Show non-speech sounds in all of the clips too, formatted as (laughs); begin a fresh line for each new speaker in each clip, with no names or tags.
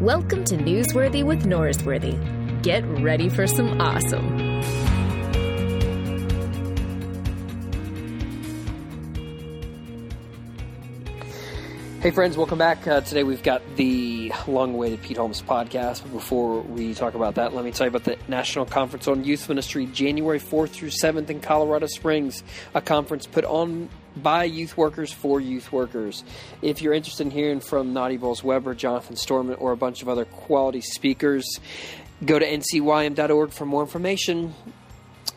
Welcome to Newsworthy with Norrisworthy. Get ready for some awesome.
Hey, friends, welcome back. Uh, today we've got the long awaited Pete Holmes podcast. But before we talk about that, let me tell you about the National Conference on Youth Ministry, January 4th through 7th in Colorado Springs, a conference put on by youth workers for youth workers. If you're interested in hearing from Naughty Bowles Weber, Jonathan Storman, or a bunch of other quality speakers, go to ncym.org for more information.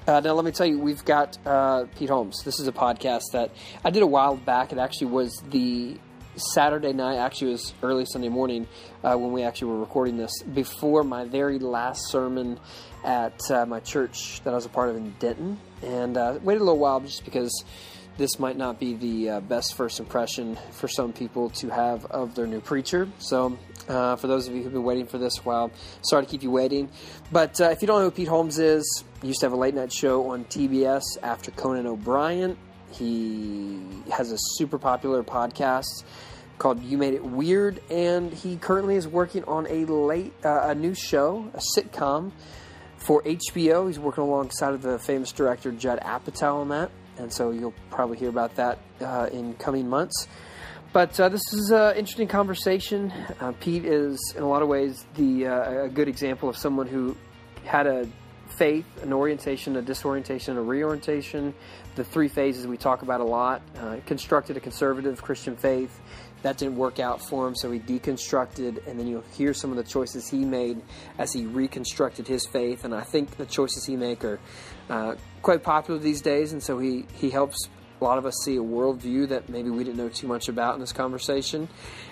Uh, now, let me tell you, we've got uh, Pete Holmes. This is a podcast that I did a while back. It actually was the Saturday night, actually, it was early Sunday morning uh, when we actually were recording this, before my very last sermon at uh, my church that I was a part of in Denton. And uh, waited a little while just because this might not be the uh, best first impression for some people to have of their new preacher. So, uh, for those of you who've been waiting for this a while, sorry to keep you waiting. But uh, if you don't know who Pete Holmes is, he used to have a late night show on TBS after Conan O'Brien. He has a super popular podcast called You Made It Weird, and he currently is working on a late uh, a new show, a sitcom for HBO. He's working alongside of the famous director Judd Apatow on that, and so you'll probably hear about that uh, in coming months. But uh, this is an interesting conversation. Uh, Pete is, in a lot of ways, the uh, a good example of someone who had a faith, an orientation, a disorientation, a reorientation. The three phases we talk about a lot. Uh, constructed a conservative Christian faith. That didn't work out for him, so he deconstructed, and then you'll hear some of the choices he made as he reconstructed his faith. And I think the choices he make are uh, quite popular these days, and so he, he helps a lot of us see a worldview that maybe we didn't know too much about in this conversation.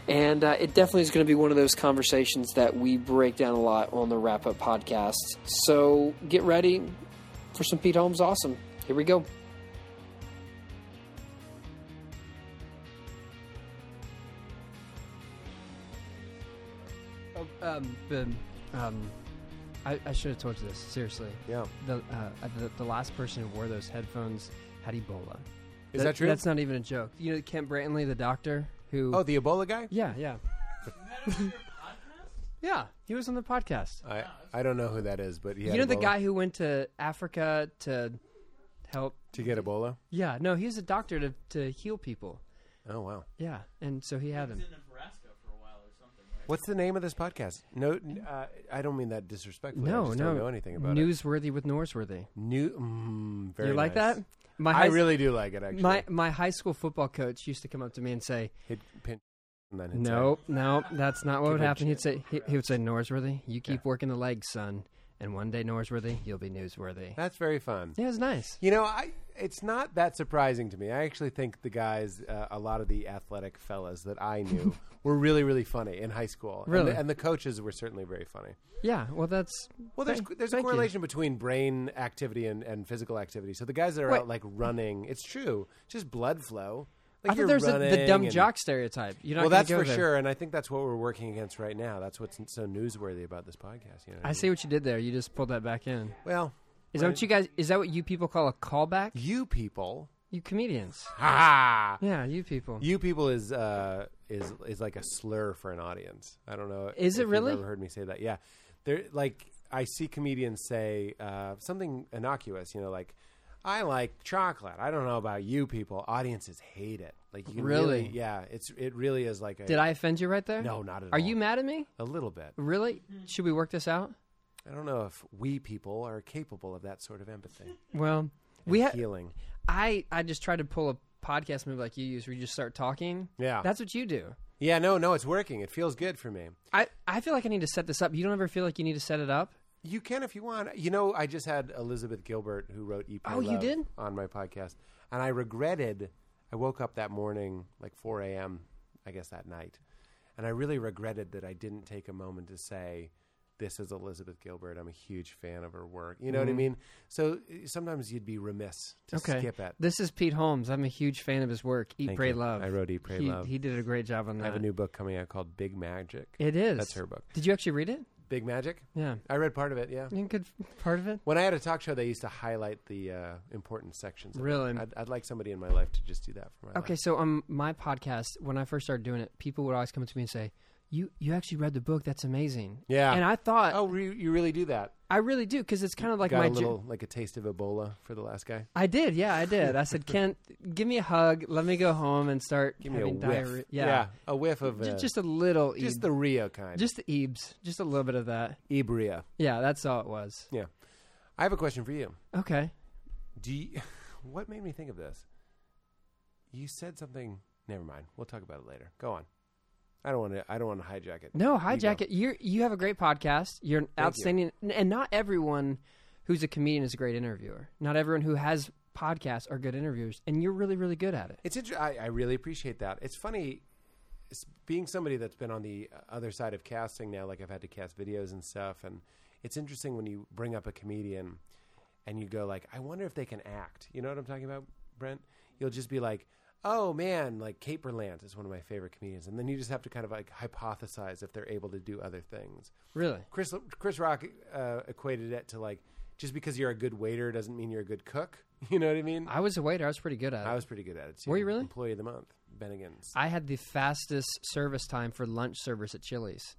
And uh, it definitely is going to be one of those conversations that we break down a lot on the Wrap Up podcast. So get ready for some Pete Holmes Awesome. Here we go.
Oh, um, the, um, I, I should have told you this seriously.
Yeah.
The, uh, the the last person who wore those headphones had Ebola.
Is that true?
That's not even a joke. You know Kent Brantley, the doctor who.
Oh, the Ebola guy?
yeah, yeah. yeah, he was on the podcast.
I, I don't know who that is, but he had
you know the
Ebola.
guy who went to Africa to help.
to get Ebola.
Yeah, no, he's a doctor to to heal people.
Oh wow!
Yeah, and so he had him.
What's the name of this podcast? No, n- uh, I don't mean that disrespectfully. I
No,
just
no,
don't know anything about
Newsworthy with Norsworthy.
it. New, mm, very
you like
nice.
that? My
I
high-
really do like it. Actually,
My my high school football coach used to come up to me and say,
Hit, pin, and then hit
"Nope, no, that's not what would
"Ah,
happen."
Give it a
He'd say, he, he would say, "Norsworthy, you keep working the legs, son, and one day, Norsworthy, you'll be newsworthy."
send. That's very fun.
Yeah, it was nice.
You know, I it's not that surprising to me. I actually think the guys, uh, a lot of the athletic fellas that I
(laughs)
knew, were really really funny in high school. And the-
Really?
and the coaches were certainly very funny.
Yeah, well, that's
Well, there's
thank-
there's a
thank you.
correlation between brain activity and, and physical activity. So the guys that are
Wait.
out like running, it's true, it's just blood flow. Like
I
you're
thought there's a, the
running
dumb
and-
jock stereotype. You're not
Well,
gonna
that's
go
for
there.
sure, and I think that's what we're working against right now. That's what's so newsworthy about this podcast. You know what
I
mean?
see what you did there. You just pulled that back in.
Well,
Is that what you guys? Is that what you people call a callback?
you people,
You comedians.
ha!
Yeah, you people.
You people is uh, is is like a slur for an audience. I don't know.
Is it
if
really?
You've ever heard me say that? Yeah, there. Like I see comedians say uh, something innocuous. You know, like I like chocolate. I don't know about you people. Audiences hate it. Like you can
Really?
yeah. It's it really is like a
Did I offend you right there?
No, not at
Are
all.
you mad at me?
a little bit.
Really? Should we work this out?
I don't know if we people are capable of that sort of empathy,
Well, we have.
healing.
I I just tried to pull a podcast move like you use, where you just start talking.
Yeah.
that's what you do.
Yeah, no, no, it's working. It feels good for me.
I I feel like I need to set this up. You don't ever feel like you need to set it up.
You can if you want. You know, I just had Elizabeth Gilbert, who wrote EP
Oh, you
Love
did?
on my podcast, and I regretted. I woke up that morning, like 4 a.m. I guess that night, and I really regretted that I didn't take a moment to say, "This is Elizabeth Gilbert. I'm a huge fan of her work." You know
Mm-hmm.
what I mean? So eh, sometimes you'd be remiss to skip it.
This is Pete Holmes. I'm a huge fan of his work. Eat,
Thank
pray,
you.
love.
I wrote Eat, Pray,
He-
Love.
He did a great job on that.
I have a new book coming out called Big Magic.
It is.
That's her book.
Did you actually read it?
Big Magic.
Yeah.
I read part of it. Yeah.
You good part of it.
When I had a talk show, they used to highlight the uh, important sections. of it.
Really?
I'd, I'd like somebody in my life to just do that for my
um, Okay, so on my podcast, when I first started doing it, people would always come up to me and say,
You you actually read the book. That's amazing.
Yeah.
And I thought
Oh, re- you really do that?
I really do because it's kind of like
Got
my
a
jo-
little like a taste of Ebola for the last guy.
I did, yeah, I did. I
(laughs)
said, Kent, give me a hug. Let me go home and start
Give me a
having
whiff.
diarrhea. Yeah.
a whiff of
Ju-
uh,
Just, a little.
just
Just
the Rio kind.
just the ebs. Just a little bit of that.
Ebria.
Yeah, that's all it was.
Yeah. I have a question for you.
Okay.
Do you, (laughs) what made me think of this? You said something. Never mind. We'll talk about it later. Go on. I don't want to. I don't want to hijack it.
No,
You
hi,
go.
Jacket. You you have a great podcast. You're an
you.
outstanding, and not everyone who's a comedian is a great interviewer. Not everyone who has podcasts are good interviewers, and you're really, really good at it.
It's inter- I, I really appreciate that. It's funny s- being somebody that's been on the uh, other side of casting now. Like I've had to cast videos and stuff, and it's interesting when you bring up a comedian and you go like, "I wonder if they can act." You know what I'm talking about, Brent? You'll just be like, "Oh man, like Kate Berlant is one of my favorite comedians," and then you just have to kind of like hypothesize if they're able to do other things.
Really?
Chris Chris Rock uh, equated it to like just because you're a good waiter doesn't mean you're a good cook. (laughs) You know what I mean?
I was a waiter. I was pretty good at it.
I was pretty good at it too.
Were you really?
Employee of the month, Bennigan's.
I had the fastest service time for lunch servers at Chili's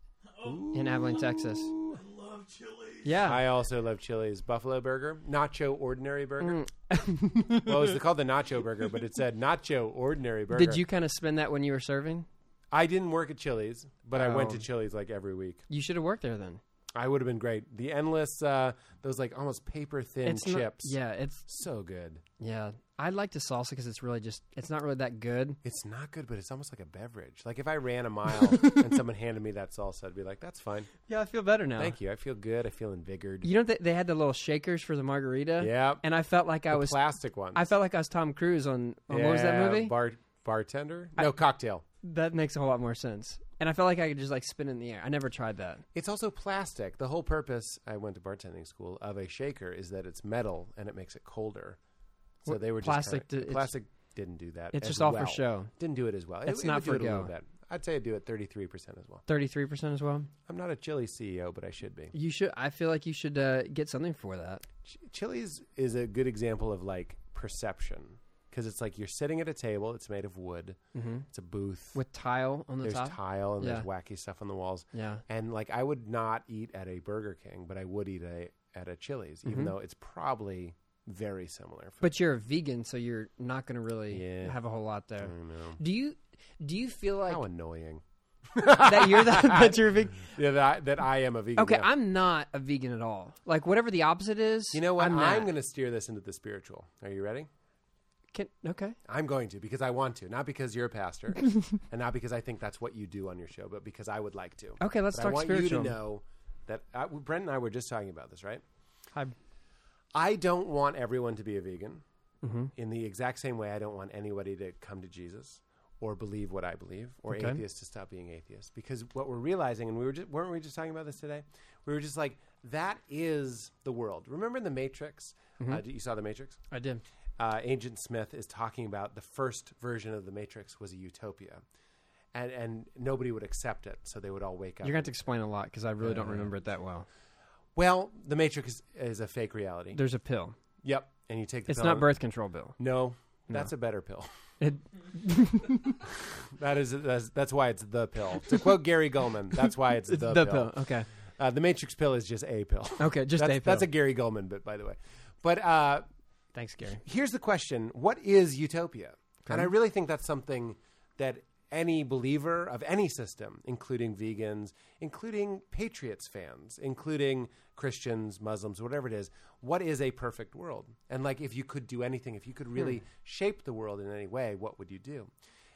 in Abilene, Texas. I love Chili's. Yeah.
I also love Chili's Buffalo Burger, Nacho Ordinary Burger. well, it was called the Nacho Burger, but it said Nacho Ordinary Burger.
Mm. Did you kind of spend that when you were serving?
I didn't work at Chili's, but I went
Oh.
to Chili's like every week.
You should have worked there then.
I would have been great. The endless, uh, those like almost paper thin
not-
chips.
yeah, it's
So good.
yeah. I like the salsa because it's really just it's not really that good.
It's not good, but it's almost like a beverage. Like if I ran a mile and someone handed me that salsa, I'd be like,
(laughs)
"That's fine,
Yeah, I feel better now.
thank you. I feel good. I feel invigored."
You know that they had the little shakers for the margarita.
Yep.
and I felt like I
The
was
plastic one.
I felt like I was Tom Cruise on, on what was that
Yeah,
movie?
Bar, bartender? No, cocktail.
that makes a whole lot more sense. And I felt like I could just like spin in the air. I never tried that.
It's also plastic. The whole purpose I went to bartending school of a shaker is that it's metal and it makes it colder. So
What-
they were just
plastic
kinda-
di- it's-
plastic didn't do that.
It's
as
just all for
well.
show.
Didn't do it as well. It-
It's
it
not
would do
for
it a little
go.
bit. I'd say I do it thirty three percent as well.
Thirty three percent as well.
I'm not a Chili CEO, but I should be.
You should. I feel like you should uh, get something for that.
Ch- Chili's is a good example of like perception because it's like you're sitting at a table. It's made of wood.
Mm-hmm.
It's a booth.
with tile on the
there's
top.
tile and
Yeah.
there's wacky stuff on the walls.
Yeah.
And like I would not eat at a Burger King, but I would eat a, at a Chili's,
Mm-hmm.
even though it's probably very similar. Food.
But you're a vegan, so you're not going to really
Yeah.
have a whole lot there.
I know.
Do you do you feel like
How annoying.
that you're the,
(laughs)
that you're a vegan?
Yeah, that, that I am a vegan.
Okay,
yeah.
I'm not a vegan at all. Like whatever the opposite is,
You know what?
I'm,
I'm,
that.
going to steer this into the spiritual. Are you ready?
Can, okay,
I'm going to because I want to, not because you're
(laughs)
a pastor, and not because I think that's what you do on your show, but because I would like to.
okay. Let's
But I
talk
want
spiritual.
you to know that I, Brent and I were just talking about this, right?
Hi.
I don't want everyone to be a vegan
Mm-hmm.
in the exact same way I don't want anybody to come to Jesus or believe what I believe or
Okay.
atheists to stop being atheists. Because what we're realizing, and we were just, weren't we just talking about this today? We were just like, that is the world. Remember in The Matrix? Uh,
Mm-hmm.
you saw The Matrix?
I did.
uh, Agent Smith is talking about the first version of the Matrix was a utopia, and and nobody would accept it, so they would all wake up.
You're gonna have to explain a lot because I really
Uh-huh.
don't remember it that well.
well, the Matrix is, is a fake reality.
There's a pill.
yep, and you take the
It's
pill.
not birth control pill.
No, that's a better pill.
It,
That is that's, that's why it's the pill. To quote Gary Gulman, that's
(laughs)
why it's,
the,
the,
pill.
pill.
Okay.
Uh, the Matrix pill is just a pill.
Okay, just
that's,
a pill.
That's a Gary Gulman bit, by the way. But uh,
Thanks, Gary.
here's the question what is utopia and i really think that's something that any believer of any system including vegans including patriots fans including christians muslims whatever it is what is a perfect world and like if you could do anything if you
Hmm.
could really shape the world in any way what would you do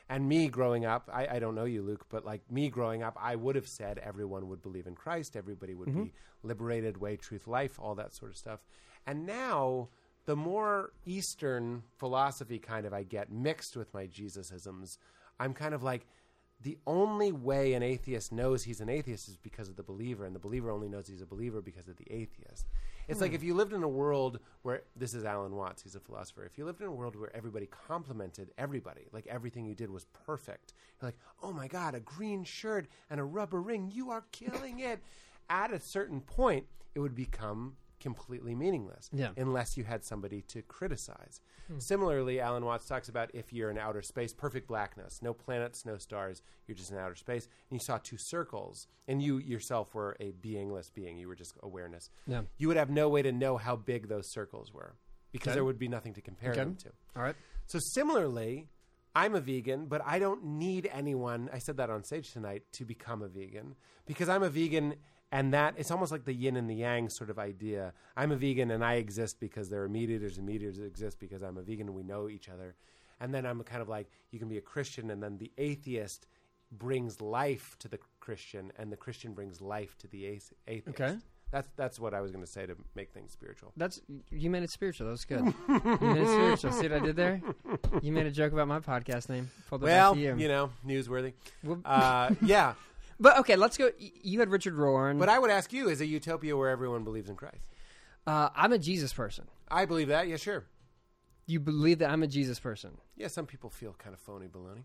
and me growing up, I, I don't know you, Luke, but like me growing up, I would have said everyone would believe in Christ, everybody would be liberated, way, truth, life, all that sort of stuff. And now, the more Eastern philosophy kind of I get mixed with my Jesusisms, I'm kind of like, the only way an atheist knows he's an atheist is because of the believer, and the believer only knows he's a believer because of the atheist. It's like if you lived in a world where this is Alan Watts, he's a philosopher. If you lived in a world where everybody complimented everybody, like everything you did was perfect, you're like, oh my God, a green shirt and a rubber ring, you are killing it. At a certain point, it would become completely meaningless
Yeah.
unless you had somebody to criticize.
Hmm.
Similarly, Alan Watts talks about if you're in outer space, perfect blackness, no planets, no stars, you're just in outer space, and you saw two circles, and you yourself were a beingless being, you were just awareness.
Yeah.
You would have no way to know how big those circles were because there would be nothing to compare
Okay.
them to.
All right.
So similarly, I'm a vegan, but I don't need anyone. I said that on stage tonight to become a vegan because I'm a vegan, and that it's almost like the yin and the yang sort of idea. I'm a vegan, and I exist because there are meat eaters, and meat eaters exist because I'm a vegan, and we know each other. And then I'm kind of like you can be a Christian, and then the atheist brings life to the Christian, and the Christian brings life to the ath- atheist.
Okay.
That's that's what I was going to say to make things spiritual.
That's you made it spiritual. That was good. you made it spiritual. See what I did there? You made a joke about my podcast name. Pulled it
Well,
back to you.
you. know, newsworthy.
Well- (laughs)
Uh, yeah.
But okay, let's go. y- You had Richard Roarn.
But I would ask you: Is a utopia where everyone believes in Christ?
uh, I'm a Jesus person.
I believe that. Yeah, sure.
You believe that I'm a Jesus person?
Yeah, some people feel kind of phony baloney,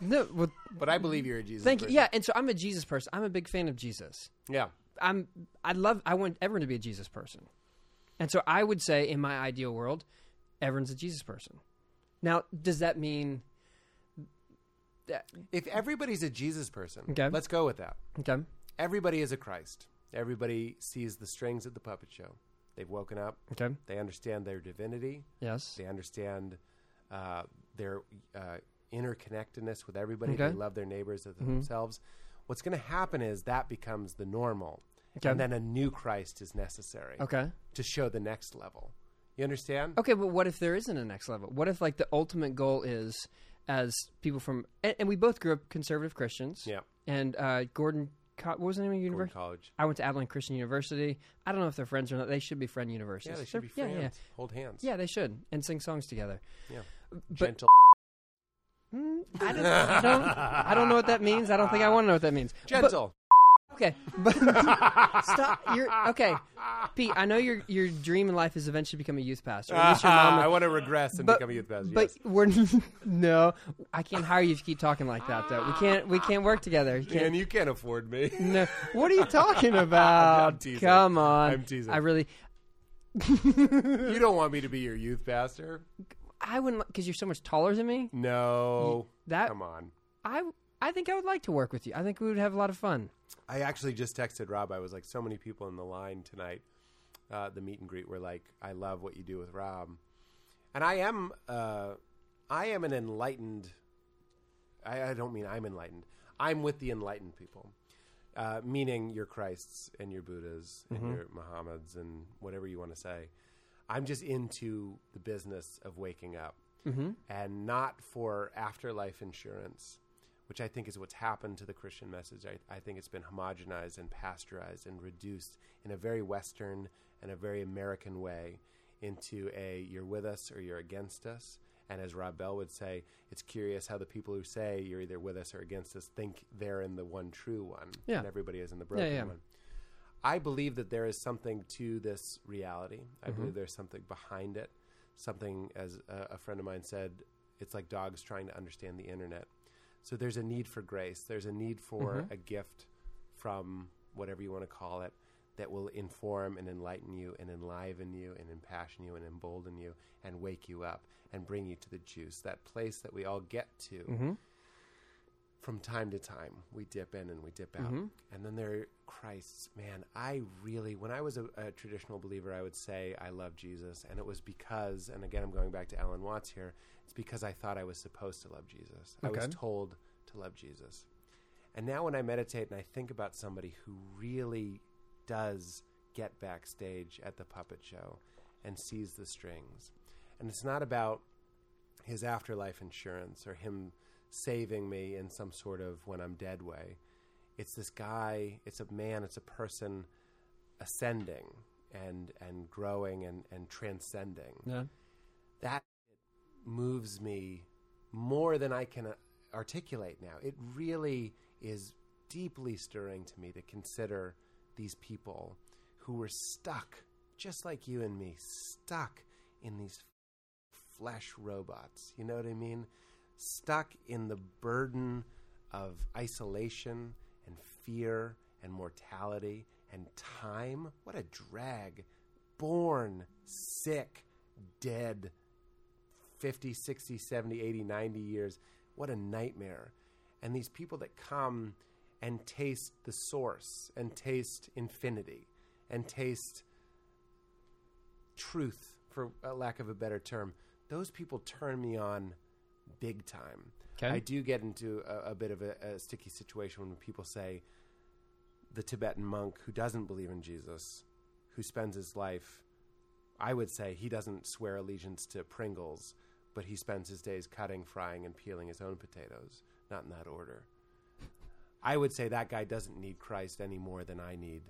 No. Well,
but I believe you're a Jesus.
thank you.
person.
Yeah, and so I'm a Jesus person. I'm a big fan of Jesus.
yeah.
I'm I love I want everyone to be a Jesus person. And so I would say in my ideal world, everyone's a Jesus person. Now, does that mean that
If everybody's a Jesus person,
Okay.
let's go with that.
okay.
Everybody is a Christ. Everybody sees the strings at the puppet show. They've woken up.
Okay.
They understand their divinity.
Yes.
They understand uh, their uh, interconnectedness with everybody. They
Okay. Mm-hmm.
love their neighbors as themselves. What's going to happen is that becomes the normal,
Okay.
and then a new Christ is necessary
Okay.
to show the next level. You understand?
Okay, but what if there isn't a next level? What if like the ultimate goal is as people from and, and we both grew up conservative Christians.
Yeah.
And uh, Gordon Co- what was the name of the
We're in
university?
college.
I went to Abilene Christian University. I don't know if they're friends or not. They should be friend universities.
Yeah, they should
They're-
be friends.
Yeah, yeah.
Hold hands.
Yeah, they should and sing songs
(laughs)
together.
Yeah.
But
Gentle.
I don't, I don't, I don't know what that means. I don't think I want to know what that means. But-
Gentle.
okay, but stop. You're okay, Pete. I know your your dream in life is eventually become a youth pastor. At least your mom.
Ah, I want to regress and
but,
become a youth pastor.
but
yes.
we're (laughs) no. I can't hire you if you keep talking like that. Though we can't we can't work together. You
(laughs)
can't.
and you can't afford
(laughs)
me.
No. What are you talking about?
(laughs) I'm teasing.
Come on.
I'm teasing.
I really.
you don't want me to be your youth pastor?
I wouldn't because you're so much taller than me.
No.
that-
Come on.
I I think I would like to work with you. I think we would have a lot of fun.
I actually just texted Rob. I was like, so many people in the line tonight, uh, the meet and greet, were like, I love what you do with Rob, and I am, uh, I am an enlightened. I, I don't mean I'm enlightened. I'm with the enlightened people, uh, meaning your Christs and your Buddhas and your Muhammads and whatever you want to say. I'm just into the business of waking up and not for afterlife insurance, which I think is what's happened to the Christian message. I, I think it's been homogenized and pasteurized and reduced in a very Western and a very American way into a you're with us or you're against us. And as Rob Bell would say, it's curious how the people who say you're either with us or against us think they're in the one true one,
Yeah.
and everybody is in the broken
yeah.
one. I believe that there is something to this reality. I
Mm-hmm.
believe there's something behind it. Something, as a, a friend of mine said, it's like dogs trying to understand the internet. So there's a need for grace. There's a need for
Mm-hmm.
a gift from whatever you want to call it that will inform and enlighten you and enliven you and impassion you and embolden you and wake you up and bring you to the juice, that place that we all get to
Mm-hmm.
from time to time we dip in and we dip out and then there are christ's man i really when i was a, a traditional believer i would say i love jesus and it was because and again i'm going back to alan watts here it's because i thought i was supposed to love jesus i was
Okay.
told to love jesus and now when i meditate and i think about somebody who really does get backstage at the puppet show and sees the strings and it's not about his afterlife insurance or him saving me in some sort of when I'm dead way. It's this guy, it's a man, it's a person ascending and and growing and, and transcending.
Yeah.
That moves me more than I can uh, articulate now. It really is deeply stirring to me to consider these people who were stuck, just like you and me, stuck in these flesh robots. You know what I mean? Stuck in the burden of isolation and fear and mortality and time. What a drag born sick, dead 50, 60, 70, 80, 90 years. What a nightmare. And these people that come and taste the source and taste infinity and taste truth, for a lack of a better term, those people turn me on big time.
'Kay.
I do get into a, a bit of a, a sticky situation when people say the Tibetan monk who doesn't believe in Jesus, who spends his life, I would say he doesn't swear allegiance to Pringles, but he spends his days cutting, frying, and peeling his own potatoes, not in that order. I would say that guy doesn't need Christ any more than I need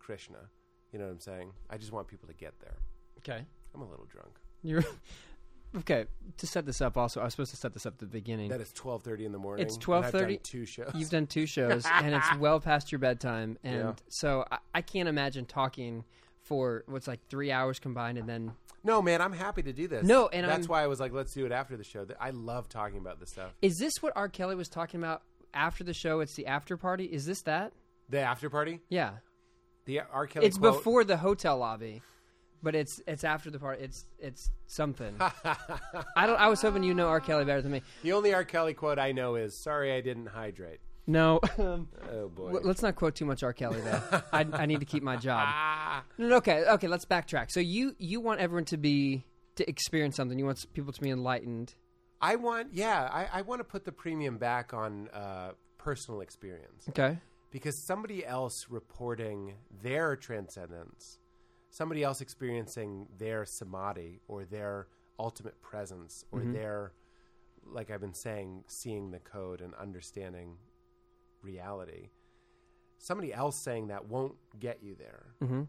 Krishna. You know what I'm saying? I just want people to get there.
Okay.
I'm a little drunk.
You're (laughs) okay. To set this up, also, I was supposed to set this up at the beginning.
That is 12:30 in the morning.
It's
and I've
12:30.
done Two shows.
(laughs)
(laughs)
You've done two shows, and it's well past your bedtime, and
Yeah.
so I, I can't imagine talking for what's like three hours combined, and then
No, man, I'm happy to do this.
No, and
that's
I'm-
why I was like, let's do it after the show. Th- I love talking about this stuff.
is this what R. Kelly was talking about after the show? It's the after party. Is this that?
The after party,
Yeah,
the R. Kelly.
it's
quote-
before the hotel lobby, but it's it's after the party. It's it's something. I don't. I was hoping you know R. Kelly better than me.
The only R. Kelly quote I know is, "Sorry, I didn't hydrate."
No. (laughs) Um,
Oh boy.
Well, let's not quote too much R. Kelly though. I, I need to keep my job. No, no, okay, okay. Let's backtrack. So you you want everyone to be to experience something. You want people to be enlightened.
I want, yeah, I, I want to put the premium back on uh, personal experience
Okay.
because somebody else reporting their transcendence, somebody else experiencing their samadhi or their ultimate presence or their, like I've been saying, seeing the code and understanding reality. Somebody else saying that won't get you there.
Mm-hmm.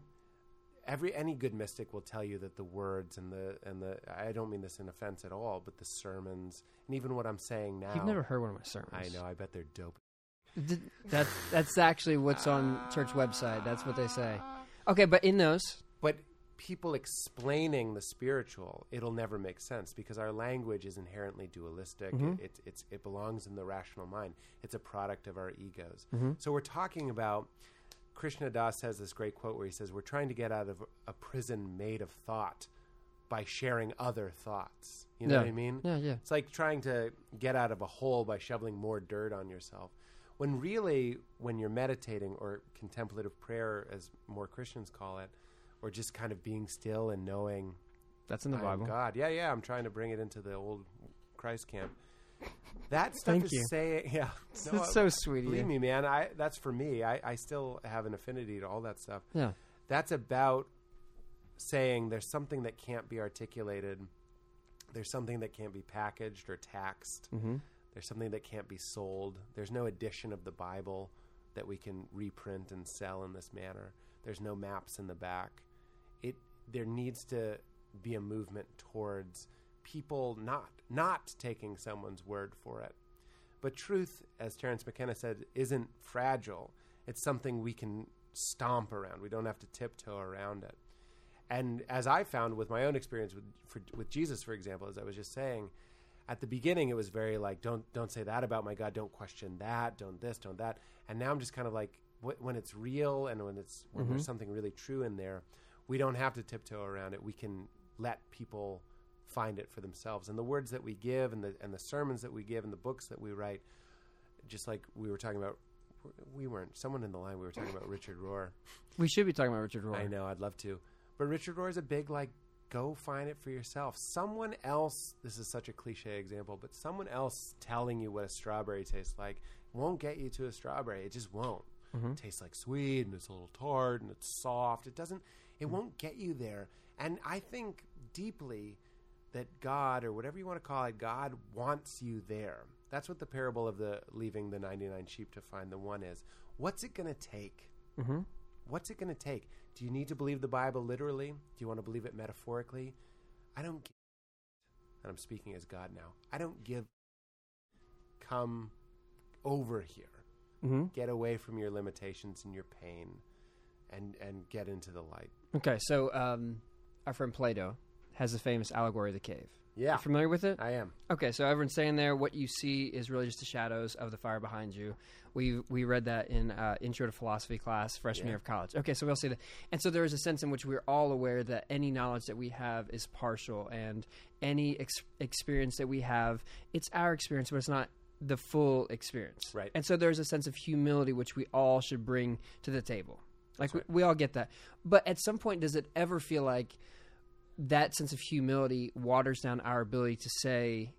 Every any good mystic will tell you that the words and the and the I don't mean this in offense at all, but the sermons and even what I'm saying now.
You've never heard one of my sermons.
I know. I bet they're dope
Th- That's that's actually what's on church website. That's what they say. Okay, but in those,
but people explaining the spiritual it'll never make sense because our language is inherently dualistic
Mm-hmm.
it, it's it's, it belongs in the rational mind it's a product of our egos
Mm-hmm.
so we're talking about krishna das has this great quote where he says we're trying to get out of a prison made of thought by sharing other thoughts you know
Yeah.
what i mean
Yeah, yeah.
it's like trying to get out of a hole by shoveling more dirt on yourself. When really, when you're meditating or contemplative prayer, as more Christians call it, or just kind of being still and knowing
that's in the
I am
Bible.
God. Yeah, yeah. I'm trying to bring it into the old Christ camp.
(laughs)
That stuff
Thank
is
you.
saying, (laughs) yeah.
That's so sweet of
Believe
you.
me, man. I that's for me. I, I still have an affinity to all that stuff
Yeah.
that's about saying there's something that can't be articulated there's something that can't be packaged or taxed
Mm-hmm.
there's something that can't be sold there's no edition of the bible that we can reprint and sell in this manner there's no maps in the back it there needs to be a movement towards people not not taking someone's word for it but truth, as Terence McKenna said, isn't fragile. It's something we can stomp around. We don't have to tiptoe around it. And as I found with my own experience with for, with Jesus, for example, as I was just saying, at the beginning it was very like, don't don't say that about my God, don't question that, don't this, don't that. And now I'm just kind of like, wh- when it's real and when it's when there's something really true in there, we don't have to tiptoe around it. We can let people find it for themselves. And the words that we give, and the and the sermons that we give, and the books that we write, just like we were talking about. We weren't. Someone in the line. We were talking about Richard Rohr.
We should be talking about Richard Rohr.
I know, I'd love to. But Richard Rohr is a big, like, go find it for yourself. Someone else, this is such a cliche example, but someone else telling you what a strawberry tastes like won't get you to a strawberry. It just won't. It tastes like sweet and it's a little tart and it's soft. It doesn't, it won't get you there. And I think deeply that God, or whatever you want to call it, God wants you there. That's what the parable of the leaving the 99 sheep to find the one is. What's it going to take?
Mm-hmm.
What's it going to take? Do you need to believe the Bible literally? Do you want to believe it metaphorically? I don't give. And I'm speaking as God now. I don't give. Come over here.
Mhm.
Get away from your limitations and your pain, and and get into the light.
Okay, so um, our friend Plato has the famous allegory of the cave.
Yeah,
You familiar with it?
I am.
Okay, so everyone's saying there, what you see is really just the shadows of the fire behind you. We we read that in uh, Intro to Philosophy class freshman year of college. Okay, so we'll see that. And so there is a sense in which we're all aware that any knowledge that we have is partial, and any ex- experience that we have, it's our experience, but it's not the full experience.
Right.
And so there's a sense of humility which we all should bring to the table. Like we, we all get that, but at some point, does it ever feel like? that sense of humility waters down our ability to say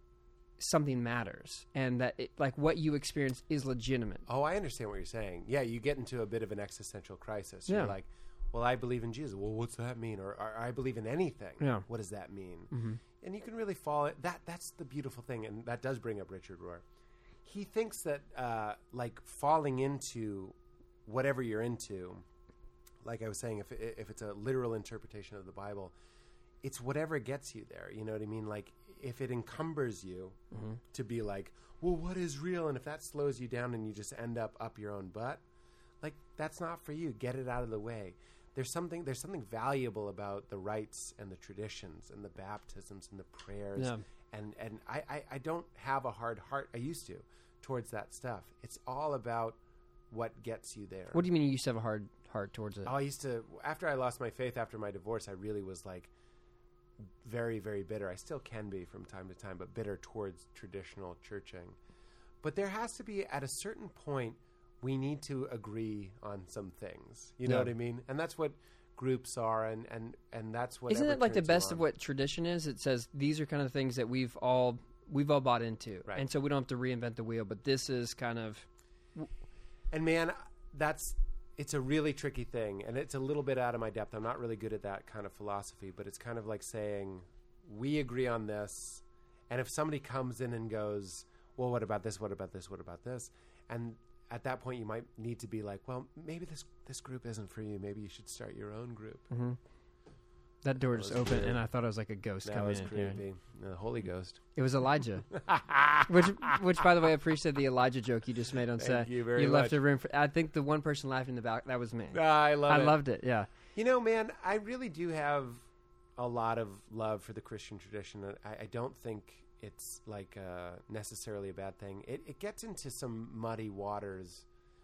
something matters and that it, like what you experience is legitimate.
Oh, I understand what you're saying. Yeah, you get into a bit of an existential crisis.
Yeah.
You're like, well, I believe in Jesus. Well, what's that mean? Or, or I believe in anything.
Yeah. Mm-hmm.
What does that mean? And you can really fall. it- That that's the beautiful thing, and that does bring up Richard Rohr. He thinks that uh, like falling into whatever you're into, like I was saying, if if it's a literal interpretation of the Bible, it's whatever gets you there. You know what I mean? Like if it encumbers you to be like, well, what is real? And if that slows you down and you just end up up your own butt, like that's not for you. Get it out of the way. There's something there's something valuable about the rites and the traditions and the baptisms and the prayers.
Yeah.
And and I, I, I don't have a hard heart. I used to towards that stuff. It's all about what gets you there.
What do you mean you used to have a hard heart towards it?
Oh, I used to after I lost my faith after my divorce, I really was like very very bitter. I still can be from time to time, but bitter towards traditional churching. But there has to be at a certain point we need to agree on some things. You know
Yeah.
what I mean? And that's what groups are and and and that's what
Isn't it like the best of what tradition is? It says these are kind of things that we've all we've all bought into.
Right.
And so we don't have to reinvent the wheel, but this is kind of
And man, that's it's a really tricky thing, and it's a little bit out of my depth. I'm not really good at that kind of philosophy, but it's kind of like saying we agree on this, and if somebody comes in and goes, "Well, what about this? What about this? What about this?" and at that point, you might need to be like, "Well, maybe this this group isn't for you. Maybe you should start your own group."
that door just opened and I thought it was like a ghost
That
coming
was
in. here.
creepy. The Holy Ghost.
It was
(laughs)
Elijah. which, which, by the way, I appreciate the Elijah joke you just made on set.
you very
left
much.
a room for. I think the one person laughing in the back that was me.
I love.
I
it.
loved it. Yeah.
You know, man, I really do have a lot of love for the Christian tradition. and I, I don't think it's like uh, necessarily a bad thing. It, it gets into some muddy waters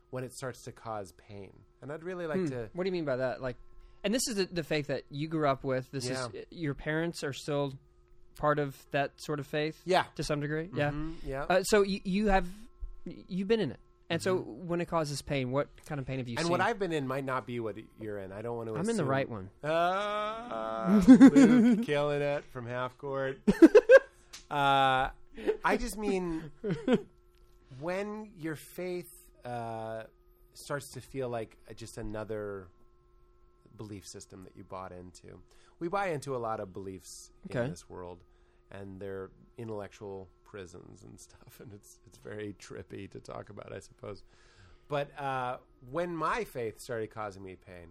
when it starts to cause pain, and I'd really like to.
What do you mean by that? Like, and this is the, the faith that you grew up with. This
Yeah.
is uh, your parents are still part of that sort of faith.
Yeah.
to some degree.
Mm,
Yeah.
yeah.
Uh, so you, you have you've been in it, and so when it causes pain, what kind of pain have you
Mm-hmm. and
seen?
what I've been in might not be what you're in. I don't want to.
I'm in the right one.
Ah, Luke killing it from half court. Uh, I just mean when your faith uh, starts to feel like just another belief system that you bought into. We buy into a lot of beliefs
Okay.
in this world, and they're intellectual prisons and stuff, (laughs) and it's it's very trippy to talk about, I suppose. But uh, when my faith started causing me pain,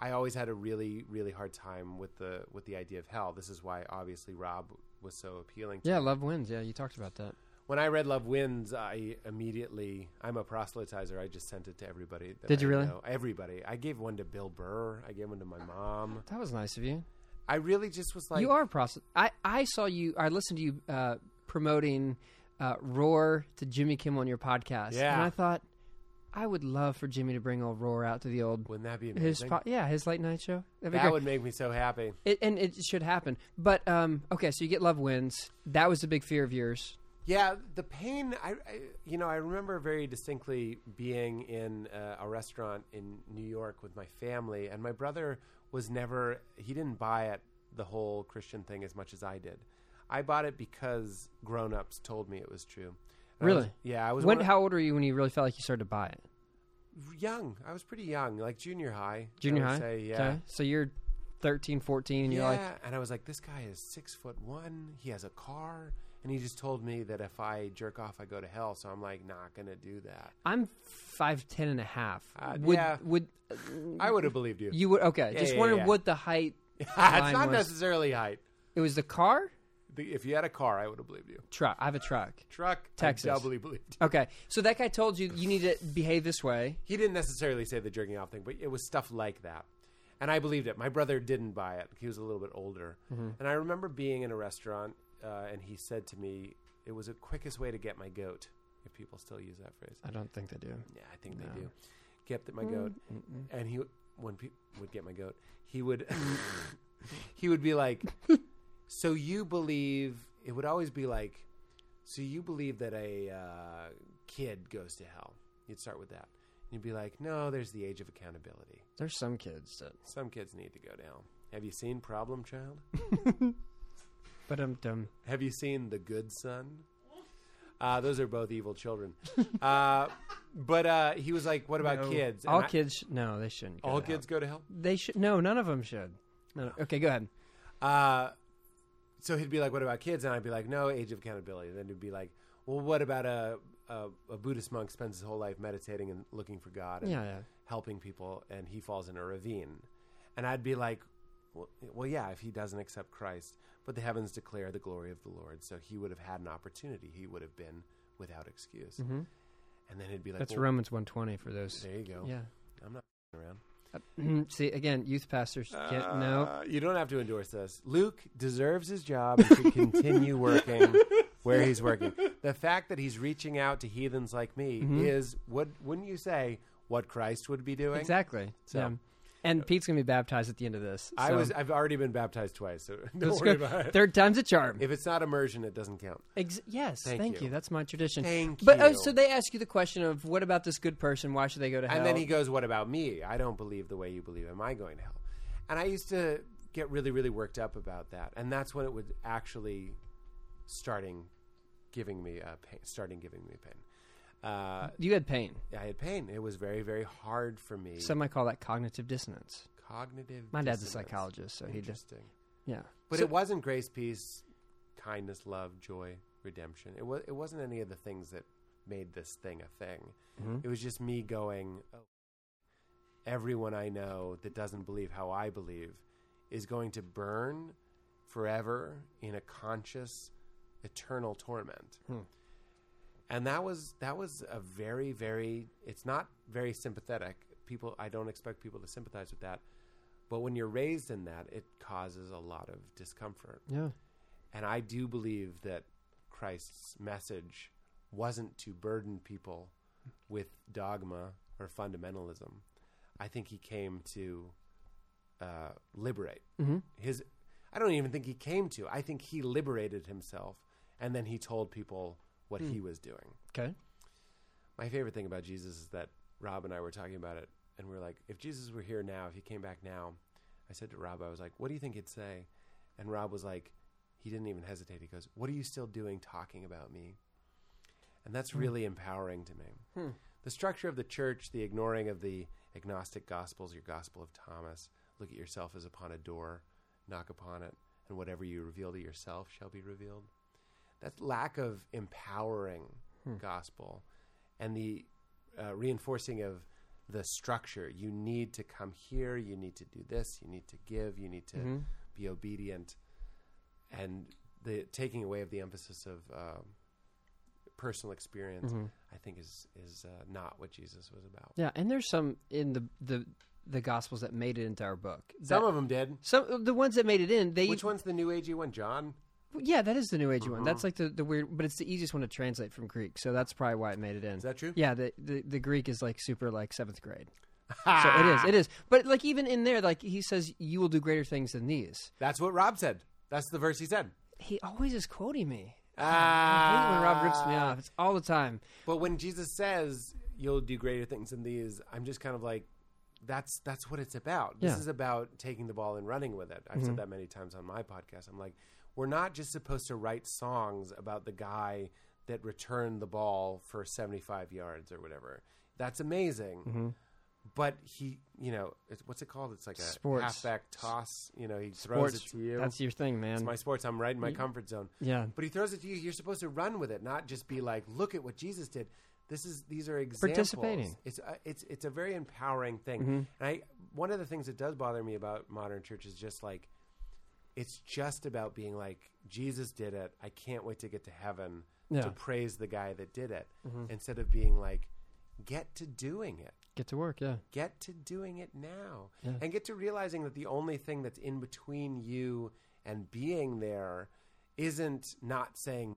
I always had a really, really hard time with the with the idea of hell. This is why, obviously, Rob was so appealing. to
Yeah,
me.
love wins. Yeah, you talked about that.
When I read "Love Wins," I immediately I'm a proselytizer. I just sent it to everybody. that
Did you
I
really?
know. Everybody. I gave one to Bill Burr. I gave one to my mom.
That was nice of you.
I really just was like,
you are a process. I I saw you. I listened to you uh, promoting uh, Roar to Jimmy Kimmel on your podcast.
Yeah.
and I thought I would love for Jimmy to bring old Roar out to the old
Wouldn't that be
his
amazing?
po- yeah his late night show. That'd be
that
great.
would make me so happy.
It, and it should happen. But um, okay, so you get love wins. That was the big fear of yours.
Yeah, the pain. I, I you know, I remember very distinctly being in uh, a restaurant in New York with my family, and my brother was never. He didn't buy it the whole Christian thing as much as I did. I bought it because grown-ups told me it was true. And I was-
Really?
yeah, I was.
When?
one of-
How old were you when you really felt like you started to buy it?
young. I was pretty young, like junior high. I
Junior
would
high.
Say, yeah.
Okay, So you're 13, 14, and
yeah,
you're like,
and I was like, this guy is six foot one. He has a car, and he just told me that if I jerk off, I go to hell. So I'm like, not gonna do that.
I'm five ten and a half.
Uh,
would
yeah.
would (laughs)
I would have believed you.
you would okay?
Yeah,
just
yeah,
wondering
yeah.
what the height.
(laughs) it's
line
not
was.
necessarily height.
It was the car
The- If you had a car, I would have believed you.
truck. I have a truck.
Truck,
Texas.
I doubly believed. you.
Okay, so that guy told you you need to behave this way.
He didn't necessarily say the jerking off thing, but it was stuff like that.
Mm-hmm.
And I believed it. My brother didn't buy it. He was a little bit older. And I remember being in a restaurant uh, and he said to me, "It was the quickest way to get my goat." If people still use that phrase,
I don't think they do.
yeah, I think
No.
they do. Kept my goat, and he when pe- would get my goat, he would
(laughs)
(laughs) he would be like, "So you believe?" It would always be like, "So you believe that a uh, kid goes to hell?" You'd start with that. And you'd be like, "No, there's the age of accountability.
There's some kids that.
Some kids need to go to hell." Have you seen Problem Child?
But um, dumb.
Have you seen The Good Son? Uh, those are both evil children. Uh, but uh, he was like, "What about kids? And
All
I-
kids. Sh- no, they shouldn't. Go
all
to
kids go to hell."
hell. They should. No, none of them should. No. Okay, go ahead.
Uh, so he'd be like, "What about kids?" And I'd be like, "No, age of accountability." then he'd be like, "Well, what about a a, a Buddhist monk spends his whole life meditating and looking for God and
Yeah, yeah.
helping people, and he falls in a ravine?" And I'd be like, well, "Well, yeah, if he doesn't accept Christ, but the heavens declare the glory of the Lord, so he would have had an opportunity. He would have been without excuse." And then he'd be
Mm-hmm.
like,
That's
well,
Romans 120 for those.
There you go.
Yeah. Mm-hmm.
I'm not around.
See again, youth pastors can't. no,
Uh, you don't have to endorse this. Luke deserves his job and should
(laughs)
continue working where he's working. The fact that he's reaching out to heathens like me
Mm-hmm.
is what wouldn't you say what Christ would be doing?
exactly.
So-
yeah. And Pete's gonna be baptized at the end of this.
I
so-
was I've already been baptized twice, so (laughs)
(laughs)
don't
Let's
worry
go-
about it.
Third time's a charm.
If it's not immersion, it doesn't count.
Ex- yes, thank,
Thank
you.
you.
That's my tradition.
Thank
but, oh,
you.
so they ask you the question of what about this good person? Why should they go to hell?
And then he goes, "What about me? I don't believe the way you believe. Am I going to hell?" And I used to get really, really worked up about that, and that's when it was actually starting giving me uh, pain. Starting giving me pain. Uh,
you had pain.
I had pain. It was very, very hard for me.
Some might call that cognitive dissonance.
cognitive.
My dad's a
dissonance.
psychologist, so he just
Interesting.
yeah.
But
So-
it wasn't grace, peace, kindness, love, joy, redemption. It was. It wasn't any of the things that made this thing a thing. It was just me going. Oh, everyone I know that doesn't believe how I believe is going to burn forever in a conscious, eternal torment. And that was that was a very very. It's not very sympathetic. People, I don't expect people to sympathize with that. But when you're raised in that, it causes a lot of discomfort.
yeah.
And I do believe that Christ's message wasn't to burden people with dogma or fundamentalism. I think he came to uh, liberate his. I don't even think he came to. I think he liberated himself, and then he told people what he was doing.
Okay.
My favorite thing about Jesus is that Rob and I were talking about it, and we were like, if Jesus were here now, if he came back now, I said to Rob, I was like, what do you think he'd say? And Rob was like, he didn't even hesitate. He goes, What are you still doing talking about me? And that's really empowering to me. The structure of the church, the ignoring of the agnostic gospels, your gospel of Thomas, look at yourself as upon a door, knock upon it, and whatever you reveal to yourself shall be revealed. That lack of empowering
Hmm.
gospel and the uh, reinforcing of the structure. You need to come here, you need to do this, you need to give, you need to
Mm-hmm.
be obedient and the taking away of the emphasis of um, personal experience, I think is is uh, not what Jesus was about.
Mm-hmm. Yeah, and there's some in the the the gospels that made it into our book.
Some
That-
of them did.
some uh, the ones that made it in, they
Which one's the New Agey one? Uh-huh. John.
Yeah, that is the New Age one. That's like the, the weird, but it's the easiest one to translate from Greek, so that's probably why it made it in. Is
that true?
Yeah, the, the, the Greek is like super like seventh
(laughs)
grade, so it is, it is. But like even in there, like he says, "You will do greater things than these."
That's what Rob said. That's the verse he said.
He always is quoting me. I hate
Ah,
when Rob rips me off. It's all the time.
But when Jesus says you'll do greater things than these, I'm just kind of like, that's that's what it's about. This
Yeah. Mm-hmm.
is about taking the ball and running with it. I've said that many times on my podcast. I'm like, we're not just supposed to write songs about the guy that returned the ball for 75 yards or whatever. That's amazing.
Mm-hmm.
But he, you know, it's, what's it called? It's like a
Sports.
halfback toss. You know, he throws
Sports,
it to you.
that's your thing, man.
It's my sports. I'm right in my comfort zone.
yeah.
But he throws it to you. You're supposed to run with it, not just be like, "Look at what Jesus did." This is these are examples.
Participating. Mm-hmm.
It's a, it's it's a very empowering thing. And I one of the things that does bother me about modern church is just like it's just about being like Jesus did it. I can't wait to get to heaven
Yeah. Mm-hmm.
to praise the guy that did it instead of being like get to doing it
Get to work. Yeah,
get to doing it now and get to realizing that the only thing that's in between you and being there isn't not saying.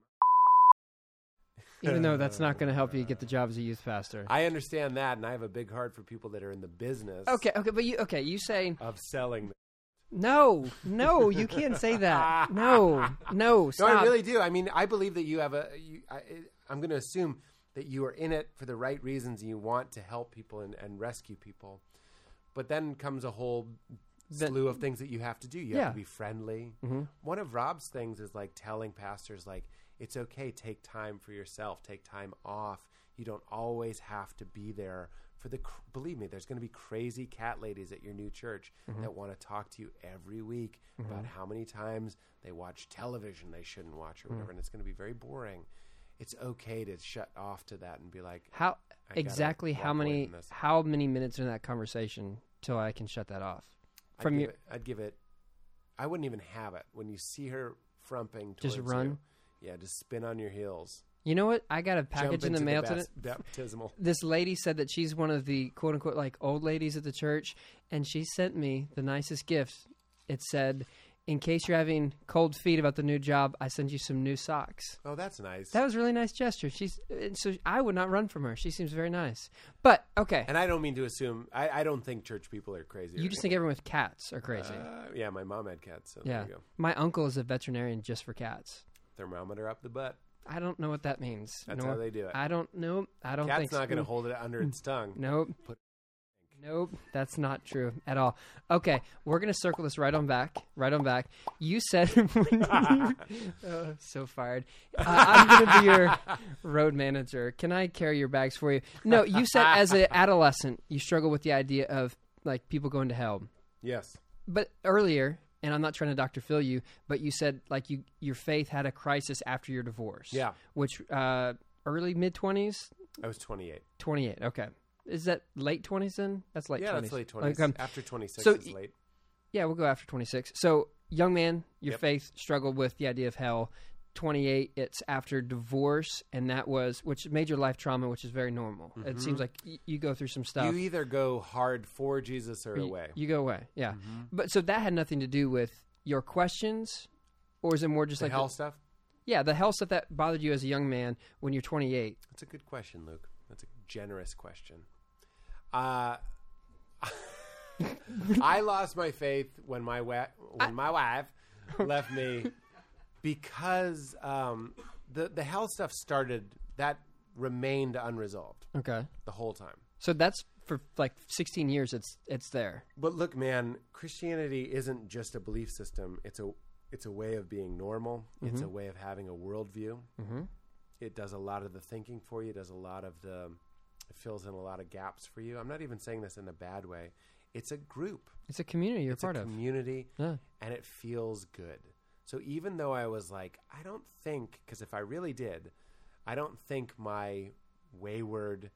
Even though that's not going to help you get the job as a youth
(laughs)
pastor.
I understand that, and I have a big heart for people that are in the business
Okay, okay, but you okay, you say
of selling.
no, no, you can't say that. No, no,
(laughs) No,
stop.
I really do. I mean, I believe that you have a. You, I, I'm going to assume that you are in it for the right reasons, and you want to help people and, and rescue people. But then comes a whole
Then-
slew of things that you have to do. You
Yeah.
have to be friendly. One of Rob's things is like telling pastors, like it's okay, take time for yourself, take time off. You don't always have to be there for the. cr- Believe me, there's going to be crazy cat ladies at your new church that want to talk to you every week about how many times they watch television they shouldn't watch or whatever, and it's going to be very boring. It's okay to shut off to that and be like,
how
I gotta
exactly how
walk away
many
from this.
how many minutes in that conversation till I can shut that off?
I'd
From
give
your
it, I'd give it. I wouldn't even have it when you see her frumping.
Just
towards
run?
You, yeah, just spin on your heels.
You know what? I got a package
Jump
in the
into
mail
bas-
today.
Baptismal.
This lady said that she's one of the quote unquote like old ladies at the church, and she sent me the nicest gift. It said, "In case you're having cold feet about the new job, I send you some new socks."
Oh, that's nice.
That was a really nice gesture. She's and so I would not run from her. She seems very nice. But okay,
and I don't mean to assume. I, I don't think church people are crazy.
you just think everyone with cats are crazy.
Uh, yeah, my mom had cats. So
yeah,
there you go.
my uncle is a veterinarian just for cats.
Thermometer up the butt.
I don't know what that means.
That's
No,
how they do it.
I don't know. I don't think
Cat's
so. Mm.
not going to hold it under its tongue.
Nope.
Put-
Nope, that's not true at all. Okay, we're gonna circle this right on back, right on back. You said, (laughs)
(laughs)
Oh, so fired. Uh, I'm gonna be your road manager. Can I carry your bags for you? No, you said as
(laughs)
an adolescent, you struggle with the idea of like people going to hell.
Yes.
But earlier, and I'm not trying to Dr. Phil you, but you said like you your faith had a crisis after your divorce.
Yeah.
which uh, early mid twenties,
I was 28.
28. Okay. Is that late 20s then? That's late
yeah,
20s.
that's late 20s.
Like, um,
After 26
so
is
y-
late.
yeah, we'll go after 26. So, young man, your
Yep.
faith struggled with the idea of hell. 28, it's after divorce, and that was, which major life trauma, which is very normal. It seems like y- you go through some stuff.
Mm-hmm. You either go hard for Jesus or
You-
away.
oh.
Mm-hmm.
You go away. Yeah. But so that had nothing to do with your questions, or is it more just
the
like,
hell stuff?
yeah, the hell stuff that bothered you as a young man when you're 28?
That's a good question, Luke. That's a generous question. Uh, (laughs) I lost my faith when my wa- when my wife left me because um, the the hell stuff started that remained unresolved
Okay.
the whole time.
So that's for like 16 years, it's it's there.
But look, man, Christianity isn't just a belief system. It's a it's a way of being normal. It's a way of having a worldview. Mm-hmm. It does a lot of the thinking for you. It does a lot of the it fills in a lot of gaps for you. I'm not even saying this in a bad way. It's a group.
It's a community you're
It's
part
a
of.
community,
Yeah.
and it feels good. So even though I was like, I don't think because if I really did, I don't think my wayward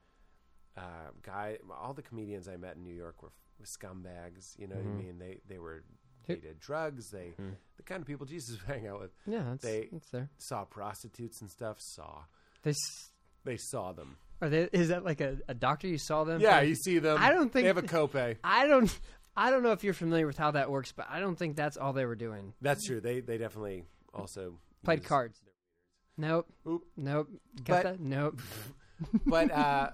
uh, guy, all the comedians I met in New York were, were scumbags. You know
Mm-hmm.
what I mean? They they were they did drugs. They the kind of people Jesus (laughs) would hang out with.
Yeah, mm. it's,
they
it's there.
saw prostitutes and stuff. Saw
They s-
they saw them.
are they? Is that like a, a doctor you saw them?
Yeah,
from?
you see them.
I don't think-
they have a copay.
I don't. I don't know if you're familiar with how that works, but I don't think that's all they were doing.
That's true. They they definitely also
Played
use-
cards. Nope.
Oop.
Nope. Got
But-
that? Nope.
but uh,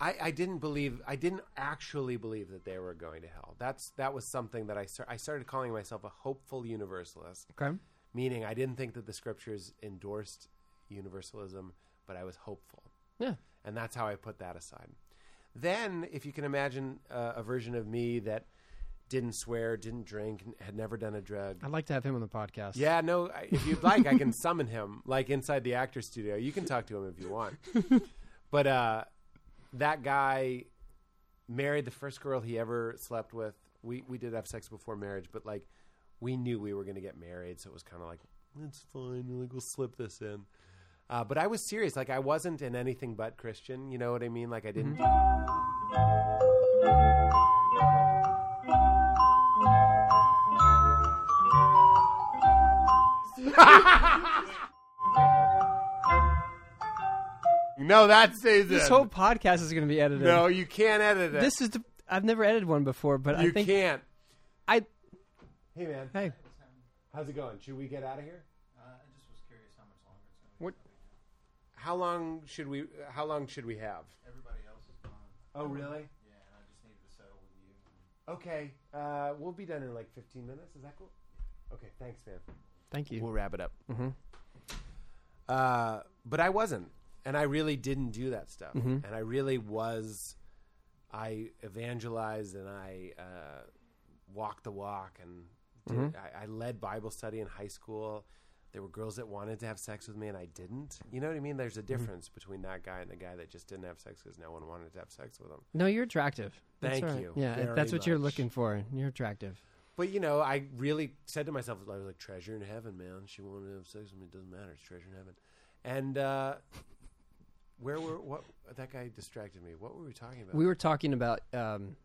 I, I didn't believe I didn't actually believe that they were going to hell. That's that was something that I star- I started calling myself a hopeful universalist,
Okay.
meaning I didn't think that the scriptures endorsed universalism, but I was hopeful,
Yeah.
and that's how I put that aside. Then, if you can imagine uh, a version of me that didn't swear, didn't drink, n- had never done a drug.
I'd like to have him on the podcast.
(laughs) Yeah, no. I- If you'd like, I can summon him, like inside the actor studio. You can talk to him if you want. But uh, that guy married the first girl he ever slept with. We we did have sex before marriage, but like we knew we were going to get married, so it was kind of like it's fine. Like we'll slip this in. Uh, but I was serious. Like I wasn't in anything but Christian. You know what I mean? Like I didn't.
Mm-hmm.
(laughs) No, that stays
This
in.
whole podcast is going to be edited.
No, you can't edit it.
This is. The, I've never edited one before, but
you
I think
can't.
I.
Hey man,
Hey.
how's it going? Should we get out of here?
Uh,
how long should we? How long should we have?
Everybody else is gone.
Oh, really?
Yeah, and I just needed to settle with you.
Okay. Uh, we'll be done in like 15 minutes. Is that cool? Okay. Thanks, man.
Thank you.
We'll wrap it up. Mm-hmm. Uh, but I wasn't, and I really didn't do that stuff, and I really was. I evangelized and I uh, walked the walk, and did, I, I led Bible study in high school. There were girls that wanted to have sex with me, and I didn't. You know what I mean? There's a difference between that guy and the guy that just didn't have sex because no one wanted to have sex with him.
No, you're attractive. That's
Thank
all right.
you
Yeah,
very
that's what you're
much.
looking for. You're attractive.
But you know, I really said to myself, I was like, "Treasure in heaven, man. She wanted to have sex with me. It doesn't matter. It's treasure in heaven." And uh, where were what? That guy distracted me. What were we talking about?
We were talking about um,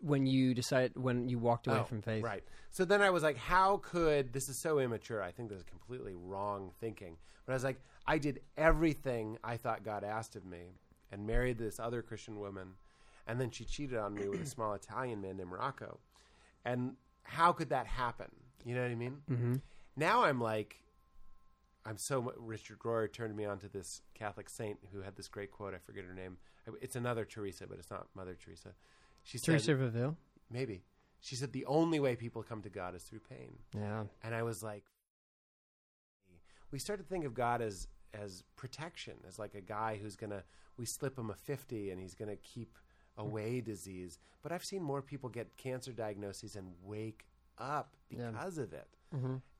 when you decided when you walked away
Oh,
from faith.
right? So then I was like, "How could this is so immature?" I think this is completely wrong thinking. But I was like, "I did everything I thought God asked of me, and married this other Christian woman, and then she cheated on me with a small Italian man named Rocco." And how could that happen? You know what I mean? Mm-hmm. Now I'm like, I'm so mu- Richard Rohr turned me on to this Catholic saint who had this great quote. I forget her name. It's another Teresa, but it's not Mother Teresa. She said,
Teresa Reville.
maybe she said the only way people come to God is through pain,
Yeah.
and I was like, we start to think of God as as protection, as like a guy who's gonna we slip him a fifty and he's gonna keep away disease. But I've seen more people get cancer diagnoses and wake up because of it.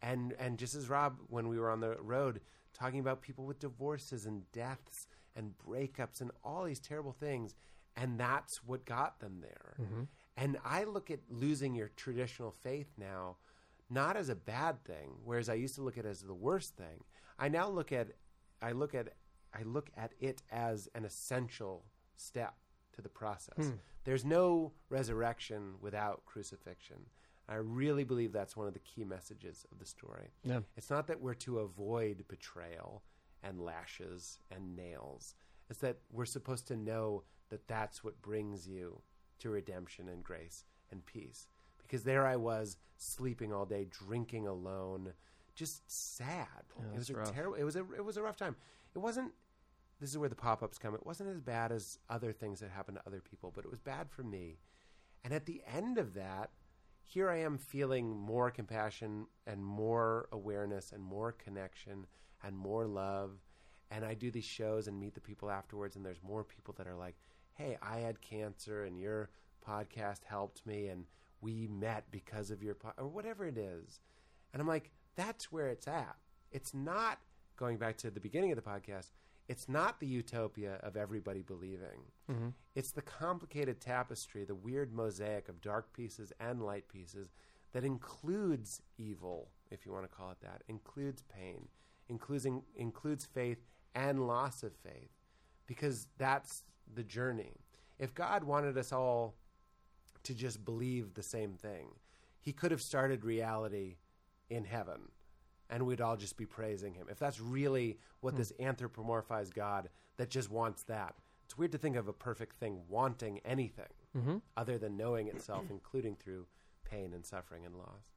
And and just as Rob, when we were on the road talking about people with divorces and deaths and breakups and all these terrible things, and that's what got them there. And I look at losing your traditional faith now not as a bad thing, whereas I used to look at it as the worst thing. I now look at I look at I look at it as an essential step to the process. There's no resurrection without crucifixion. I really believe that's one of the key messages of the story.
Yeah.
It's not that we're to avoid betrayal and lashes and nails. It's that we're supposed to know that that's what brings you to redemption and grace and peace. Because there I was sleeping all day, drinking alone, just sad. it was a terrible. It was a it was a rough time. It wasn't. This is where the pop ups come. It wasn't as bad as other things that happened to other people, but it was bad for me. And at the end of that, here I am feeling more compassion and more awareness and more connection and more love. And I do these shows and meet the people afterwards, and there's more people that are like, hey, I had cancer and your podcast helped me, and we met because of your podcast, or whatever it is. And I'm like, that's where it's at. It's not going back to the beginning of the podcast. It's not the utopia of everybody believing. It's the complicated tapestry, the weird mosaic of dark pieces and light pieces that includes evil, if you want to call it that, includes pain, includes, includes faith and loss of faith, because that's the journey. If God wanted us all to just believe the same thing. He could have started reality in heaven and we'd all just be praising him. If that's really what this anthropomorphized God that just wants that. It's weird to think of a perfect thing wanting anything other than knowing itself, including through pain and suffering and loss.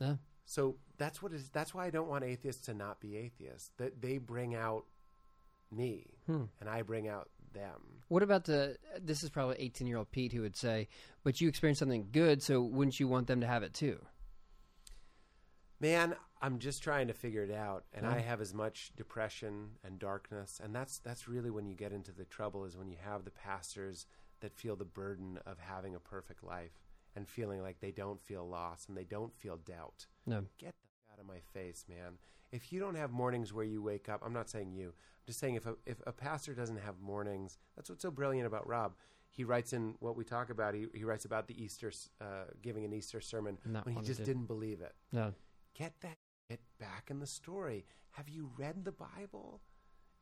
Yeah.
So that's what is. That's why I don't want atheists to not be atheists. That they bring out me, and I bring out them.
What about the? This is probably eighteen year old Pete who would say, "But you experienced something good, so wouldn't you want them to have it too?"
man i'm just trying to figure it out and i have as much depression and darkness and that's that's really when you get into the trouble is when you have the pastors that feel the burden of having a perfect life and feeling like they don't feel loss and they don't feel doubt
No.
get the f- out of my face man if you don't have mornings where you wake up i'm not saying you i'm just saying if a, if a pastor doesn't have mornings that's what's so brilliant about rob he writes in what we talk about he, he writes about the easter s- uh, giving an easter sermon
Not
when he
one
just
did.
didn't believe it
No.
get that shit back in the story. Have you read the Bible?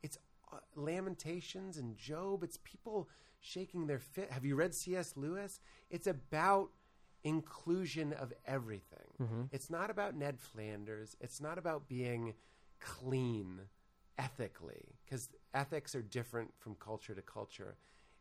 It's uh, Lamentations and Job. It's people shaking their fit. Have you read C.S. Lewis? It's about inclusion of everything. It's not about Ned Flanders. It's not about being clean ethically because ethics are different from culture to culture.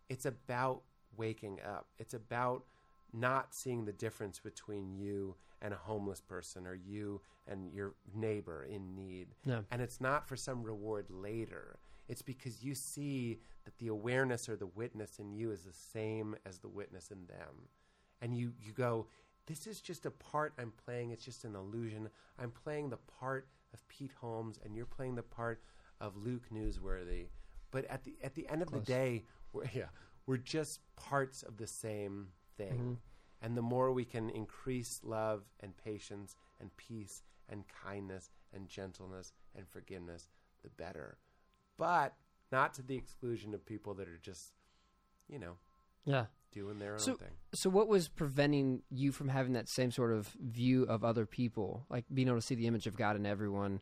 It's about waking up. It's about not seeing the difference between you and a homeless person or you and your neighbor in need.
Yeah.
And it's not for some reward later. It's because you see that the awareness or the witness in you is the same as the witness in them. And you, you go, this is just a part I'm playing. It's just an illusion. I'm playing the part of Pete Holmes, and you're playing the part of Luke Newsworthy. But at the at the end of the day, we're, (laughs) yeah, we're just parts of the same thing. And the more we can increase love and patience and peace and kindness and gentleness and forgiveness, the better. But not to the exclusion of people that are just, you know,
Yeah.
doing their own
So,
thing.
so what was preventing you from having that same sort of view of other people, like being able to see the image of God in everyone?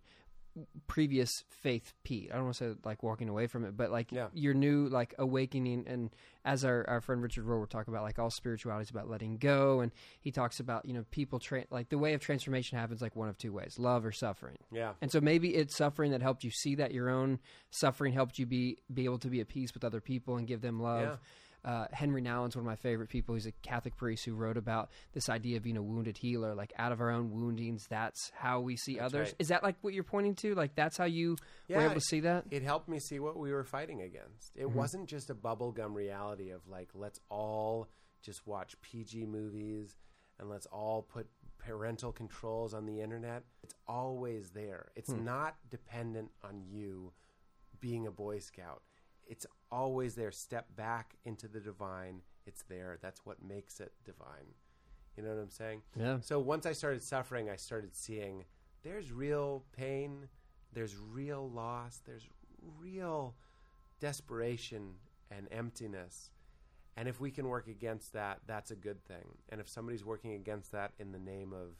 Previous faith, Pete. I don't want to say like walking away from it, but like
Yeah.
your new like awakening, and as our, our friend Richard Rohr will talk about, like all spirituality is about letting go, and he talks about you know people tra- like the way of transformation happens like one of two ways: love or suffering.
Yeah.
And so maybe it's suffering that helped you see that your own suffering helped you be be able to be at peace with other people and give them love. Uh, Henry Nouwen's one of my favorite people. He's a Catholic priest who wrote about this idea of being a wounded healer. Like out of our own woundings, that's how we see others.
right.
Is that like what you're pointing to? Like that's how you were able to see that?
It helped me see what we were fighting against. It wasn't just a bubblegum reality of like, let's all just watch PG movies and let's all put parental controls on the internet. It's always there. It's not dependent on you being a Boy Scout. It's always there. Step back into the divine. It's there. That's what makes it divine. You know what I'm saying?
Yeah.
So once I started suffering, I started seeing there's real pain, there's real loss, there's real desperation and emptiness. And if we can work against that, that's a good thing. And if somebody's working against that in the name of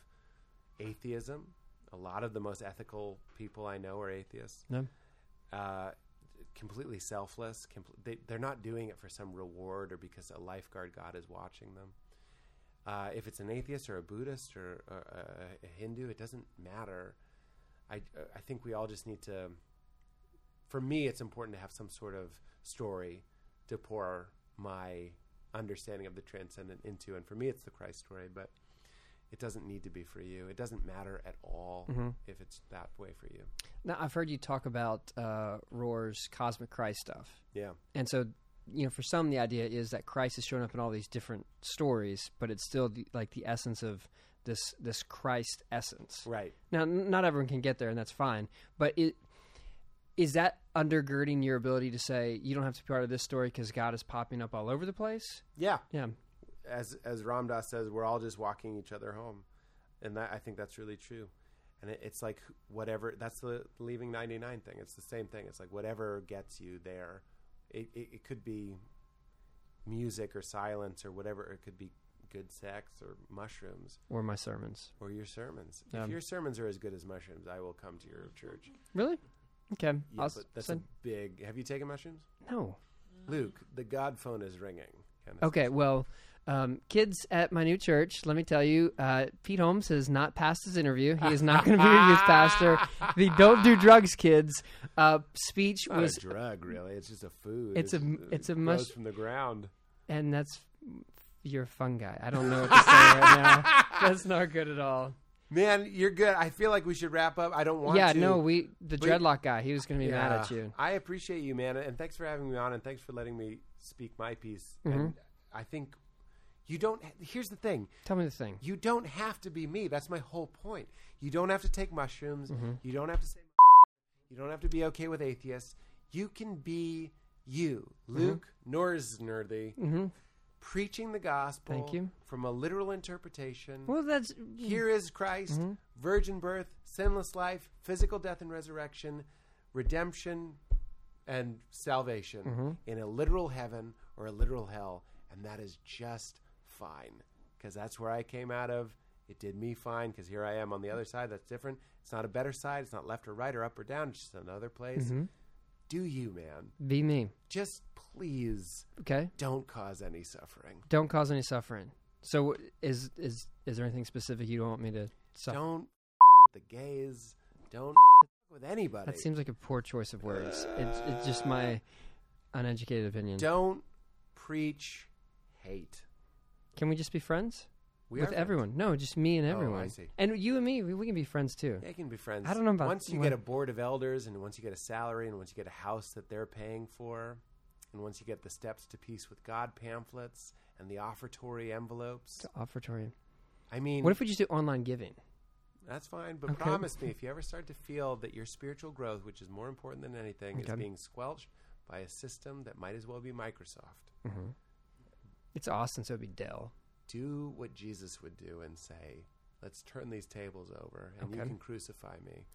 atheism, a lot of the most ethical people I know are atheists
No.
uh, completely selfless. Compl- they, they're not doing it for some reward or because a lifeguard god is watching them. Uh, if it's an atheist or a Buddhist or, or a, a Hindu, it doesn't matter. I, uh, I think we all just need to. For me, it's important to have some sort of story to pour my understanding of the transcendent into, and for me, it's the Christ story. But it doesn't need to be for you. It doesn't matter at all if it's that way for you.
Now I've heard you talk about uh, Rohr's cosmic Christ stuff.
Yeah.
And so, you know, for some, the idea is that Christ is showing up in all these different stories, but it's still the, like the essence of this this Christ essence.
Right.
Now, n- not everyone can get there, and that's fine. But it is that undergirding your ability to say you don't have to be part of this story because God is popping up all over the place.
Yeah.
Yeah,
as as Ram Dass says, we're all just walking each other home, and that I think that's really true. And it, it's like whatever that's the leaving ninety nine thing. It's the same thing. It's like whatever gets you there. It, it it could be music or silence or whatever. It could be good sex or mushrooms
or my sermons.
or your sermons.
Yeah.
If your sermons are as good as mushrooms, I will come to your church.
Really? Okay.
Yeah,
I'll s-
but that's
send-
a big. Have you taken mushrooms,
no.
Luke? The God phone is ringing. Kind of
Okay, well, um, kids at my new church, let me tell you, uh, Pete Holmes has not passed his interview. He is not going to be your youth pastor. The Don't Do Drugs Kids uh, speech
Not
was,
a drug, really. It's just a food.
It's a-
just-
it's a
it
mush-
grows from the ground.
and that's your fun guy. I don't know what to say right now. That's not good at all.
Man, you're good. I feel like we should wrap up. I don't want
yeah,
to.
no, we the
But-
dreadlock guy. He was going to be mad
Yeah.
at you.
I appreciate you, man, and thanks for having me on, and thanks for letting me speak my piece.
Mm-hmm.
And I think you don't. Here's the thing:
Tell me the thing.
you don't have to be me. That's my whole point. You don't have to take mushrooms.
Mm-hmm.
You don't have to say. (laughs) You don't have to be okay with atheists. You can be you,
Mm-hmm.
Luke Norsworthy, preaching the gospel.
Thank you.
from a literal interpretation.
Well, that's
Here is Christ, virgin birth, sinless life, physical death and resurrection, redemption, and salvation in a literal heaven or a literal hell. And that is just fine because that's where I came out of. It did me fine because here I am on the other side. That's different. It's not a better side. It's not left or right or up or down. It's just another place. Do you, man?
be me.
Just please
Okay.
don't cause any suffering.
Don't cause any suffering. So, is is is there anything specific you don't want me to suffer?
Don't with the gays. Don't with anybody.
That seems like a poor choice of words. It's, it's just my uneducated opinion.
Don't preach hate.
Can we just be friends?
We
with
are friends. Oh,
everyone. No, just me and
I
everyone.
see.
And you and me, we, we can be friends too.
They can be friends.
I don't know about-
once you
what-
get a board of elders, and once you get a salary, and once you get a house that they're paying for, and once you get the Steps to Peace with God pamphlets and the offertory envelopes.
Offertory.
I mean,
What if we just do online giving?
that's fine, but promise me if you ever start to feel that your spiritual growth, which is more important than anything,
Okay.
is being squelched by a system that might as well be Microsoft.
It's Austin, so it'd be Dell.
do what Jesus would do and say, "Let's turn these tables over, and you
Okay.
can crucify me."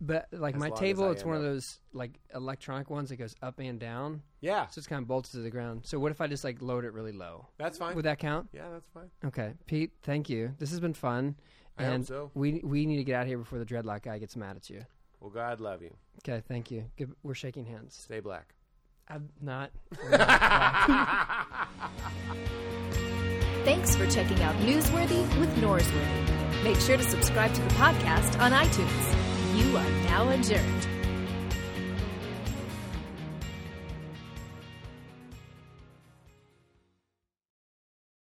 But like
As
my
long as
table,
I
it's
end
one of
up-
those like electronic ones that goes up and down,
Yeah,
so it's kind of bolted to the ground. So what if I just like load it really low?
that's fine.
Would that count?
yeah, that's fine.
Okay, Pete, thank you. This has been fun,
I hope
and
so.
we we need to get out of here before the dreadlock guy gets mad at you.
Well, God love you.
Okay, thank you. Good, we're shaking hands.
Stay black.
I'm not.
Thanks for checking out Newsworthy with Norsworthy. Make sure to subscribe to the podcast on iTunes. You are now adjourned.